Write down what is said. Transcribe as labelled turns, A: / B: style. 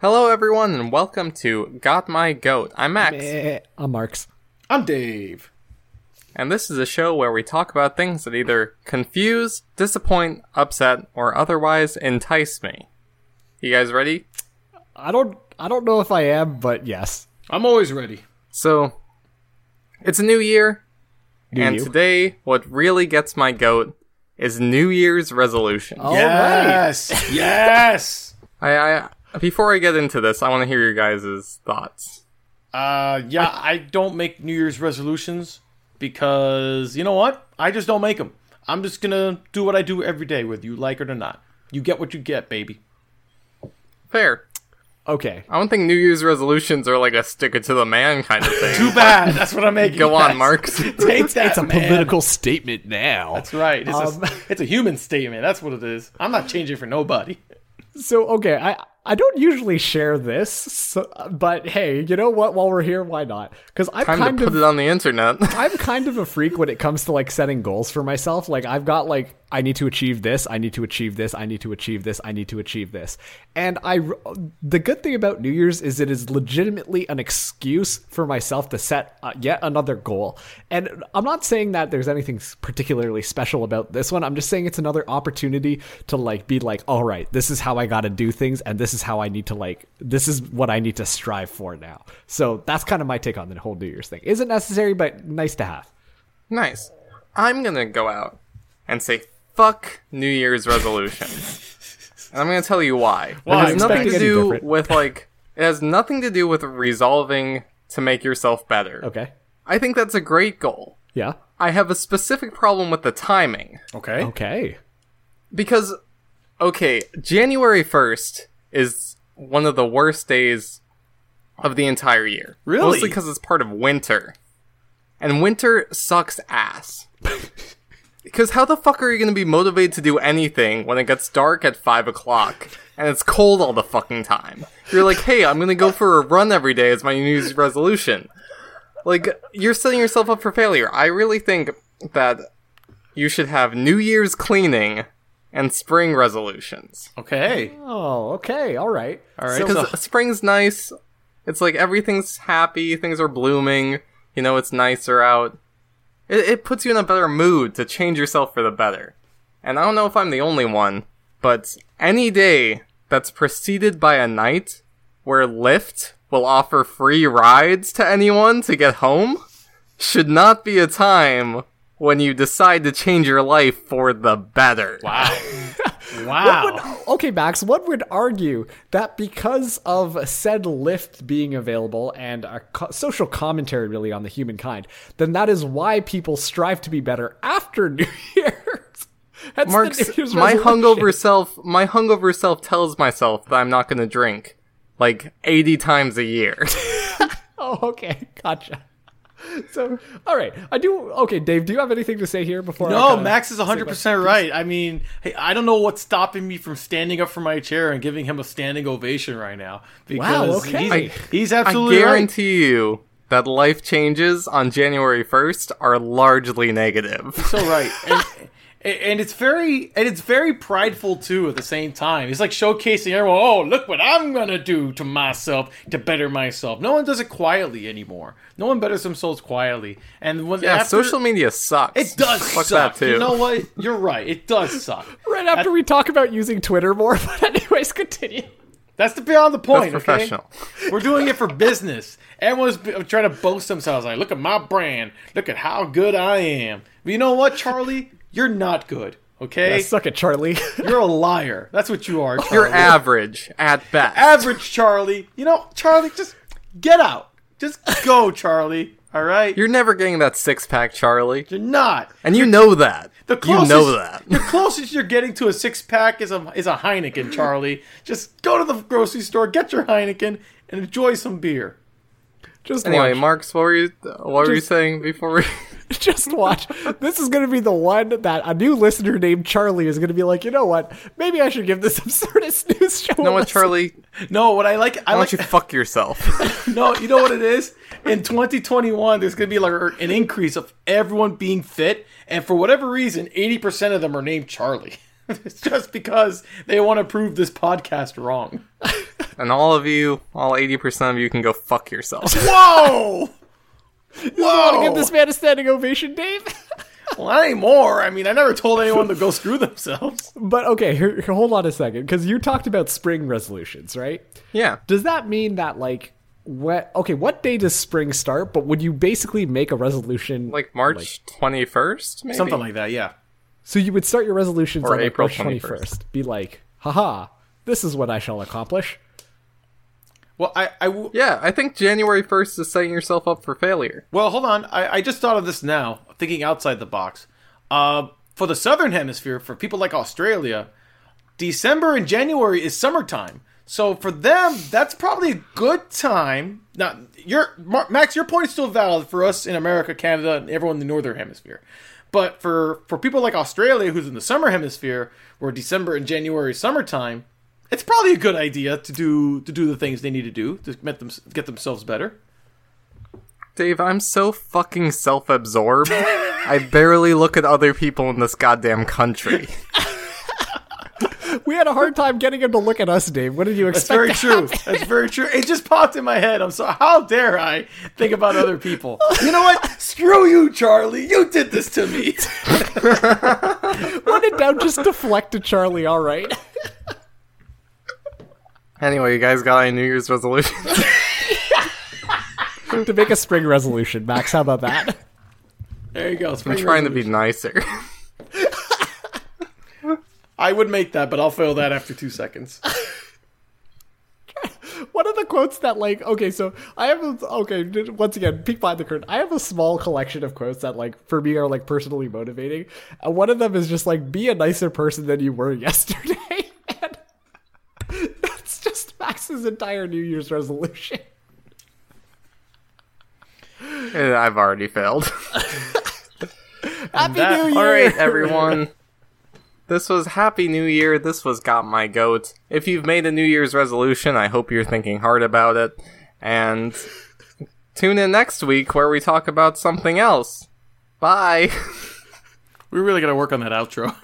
A: Hello, everyone, and welcome to Got My Goat. I'm Max,
B: Eh, I'm Marks.
C: I'm Dave.
A: and this is a show where we talk about things that either confuse, disappoint, upset, or otherwise entice me. You guys ready?
B: I don't I don't know if I am, but yes.
C: I'm always ready.
A: So, it's a new year,
B: Do
A: and
B: you?
A: today, what really gets my goat is New Year's resolution.
B: All right.
C: yes. Yes.
A: I, I before I get into this, I want to hear your guys' thoughts.
C: Uh, yeah, I don't make New Year's resolutions because you know what? I just don't make them. I'm just gonna do what I do every day, whether you like it or not. You get what you get, baby.
A: Fair.
B: Okay.
A: I don't think New Year's resolutions are like a stick it to the man kind of thing.
C: Too bad. That's what I'm making.
A: Go on,
C: guys.
A: Marks.
C: Take that.
B: It's a
C: man.
B: political statement now.
C: That's right. It's,
B: Um,
C: a, it's a human statement. That's what it is. I'm not changing for nobody.
B: So okay, I I don't usually share this, so, but hey, you know what? While we're here, why not? Because I'm
A: Time
B: kind
A: to put it
B: of
A: on the internet.
B: I'm kind of a freak when it comes to like setting goals for myself. Like I've got like I need to achieve this, I need to achieve this, I need to achieve this, I need to achieve this. And I the good thing about New Year's is it is legitimately an excuse for myself to set uh, yet another goal. And I'm not saying that there's anything s- particularly special about this one. I'm just saying it's another opportunity to like be like, "All right, this is how I got to do things and this is how I need to like this is what I need to strive for now." So, that's kind of my take on the whole New Year's thing. Isn't necessary, but nice to have.
A: nice. I'm gonna go out and say fuck New Year's resolutions, and I'm gonna tell you why.
C: Why?
A: It has nothing
B: Expecting
A: to
B: any
A: do
B: different.
A: with like. It has nothing to do with resolving to make yourself better.
B: Okay.
A: I think that's a great goal.
B: Yeah.
A: I have a specific problem with the timing
C: Okay.
B: Okay.
A: because, okay, January first is one of the worst days of the entire year.
C: Really?
A: Mostly because it's part of winter, and winter sucks ass. Because how the fuck are you going to be motivated to do anything when it gets dark at 5 o'clock and it's cold all the fucking time? You're like, hey, I'm going to go for a run every day as my New Year's resolution. Like, you're setting yourself up for failure. I really think that you should have New Year's cleaning and spring resolutions.
C: Okay.
B: Oh, okay. All right.
C: All right.
A: Because
C: so-
A: spring's nice. It's like everything's happy, things are blooming, you know, it's nicer out. It, it puts you in a better mood to change yourself for the better. And I don't know if I'm the only one, but any day that's preceded by a night where Lyft will offer free rides to anyone to get home should not be a time when you decide to change your life for the better.
C: wow. wow.
B: Okay, Max, one would argue that because of said Lyft being available and a co- social commentary really on the humankind, then that is why people strive to be better after New Year's. That's the New
A: Mark's
B: Year's
A: my
B: resolution.
A: hungover self my hungover self tells myself that I'm not gonna drink like eighty times a year.
B: Oh, okay. Gotcha. So, all right. I do. Okay, Dave, do you have anything to say here before? I
C: No,
B: kinda-
C: Max is 100% right. I mean, hey, I don't know what's stopping me from standing up from my chair and giving him a standing ovation right now. Because
B: okay.
C: He's, he's
A: I
C: absolutely right.
A: guarantee you that life changes on January first are largely negative.
C: So right. And, and it's very and it's very prideful too at the same time. It's like showcasing everyone, "Oh, look what I'm going to do to myself to better myself." No one does it quietly anymore. No one betters themselves quietly. And when
A: Yeah,
C: after-
A: social media sucks.
C: it does
A: Fuck
C: suck.
A: that too.
C: You know what? You're right. It does suck.
B: Right after we talk about using Twitter more, but anyways, continue.
C: That's the beyond the
A: That's
C: point. okay?
A: professional.
C: We're doing it for business. Everyone's b- trying to boast themselves like, look at my brand. Look at how good I am. But you know what, Charlie? You're not good. Okay?
B: Suck it, Charlie.
C: You're a liar. That's what you are. Charlie.
A: You're average at best.
C: average, Charlie. You know, Charlie, just get out. Just go, Charlie. All right?
A: You're never getting that six pack, Charlie.
C: You're not.
A: And you know that.
C: The
A: you
C: closest,
A: know that.
C: The closest you're getting to a six pack is a is a Heineken, Charlie. Just go to the grocery store, get your Heineken, and enjoy some beer.
B: Just
A: Anyway,
B: watch.
A: Marks, what were you what were you saying before we
B: just watch. This is going to be the one that a new listener named Charlie is going to be like, you know what? Maybe I should give this absurdist news show.
A: You know what, Charlie?
C: No, what I like, I
A: Why
C: like
A: don't you fuck yourself?
C: No, you know what it is? In 2021, there's going to be like er, an increase of everyone being fit, and for whatever reason, 80% of them are named Charlie. it's just because they want to prove this podcast wrong.
A: and all of you, all 80% of you can go fuck yourselves.
C: Whoa! Whoa!
B: Give this man a standing ovation, Dave.
C: well, not anymore. I mean, I never told anyone to go screw themselves.
B: but okay, here, here- hold on a second, because you talked about spring resolutions, right?
A: yeah.
B: Does that mean that like what? Okay, what day does spring start? But would you basically make a resolution
A: Like March 21st? Maybe?
C: Something like that, yeah.
B: So you would start your resolutions
A: Or
B: on like,
A: April
B: March 21st.
A: 21st.
B: Be like, haha, this is what I shall accomplish.
C: Well, I, I w-
A: Yeah, I think January 1st is setting yourself up for failure.
C: Well, hold on. I, I just thought of this now, thinking outside the box. Uh, for the southern hemisphere, for people like Australia, December and January is summertime. So for them, that's probably a good time. Now, your Mar- Max, your point is still valid for us in America, Canada, and everyone in the northern hemisphere. But for for people like Australia, who's in the summer hemisphere, where December and January is summertime, it's probably a good idea to do to do the things they need to do to make them get themselves better.
A: Dave, I'm so fucking self absorbed. I barely look at other people in this goddamn country.
B: We had a hard time getting him to look at us, Dave. What did you
C: That's very
B: expect?
C: true. That's very true. It just popped in my head. I'm sorry. How dare I think about other people? You know what? Screw you, Charlie. You did this to me.
B: Run it down just deflect to Charlie, all right?
A: Anyway, you guys got any New Year's resolutions?
B: to make a spring resolution, Max. How about that?
C: There you go.
A: I'm trying to be nicer.
C: I would make that, but I'll fail that after two seconds.
B: One of the quotes that, like, okay, so I have a, okay, d- once again, peek behind the curtain. I have a small collection of quotes that, like, for me are, like, personally motivating. And one of them is just, like, be a nicer person than you were yesterday. and that's just Max's entire New Year's resolution.
A: And I've already failed.
B: Happy
C: that-
B: New Year!
A: All right, everyone. This was Happy New Year. This was Got My Goat. If you've made a New Year's resolution, I hope you're thinking hard about it. And tune in next week where we talk about something else. Bye.
C: We're really going to work on that outro.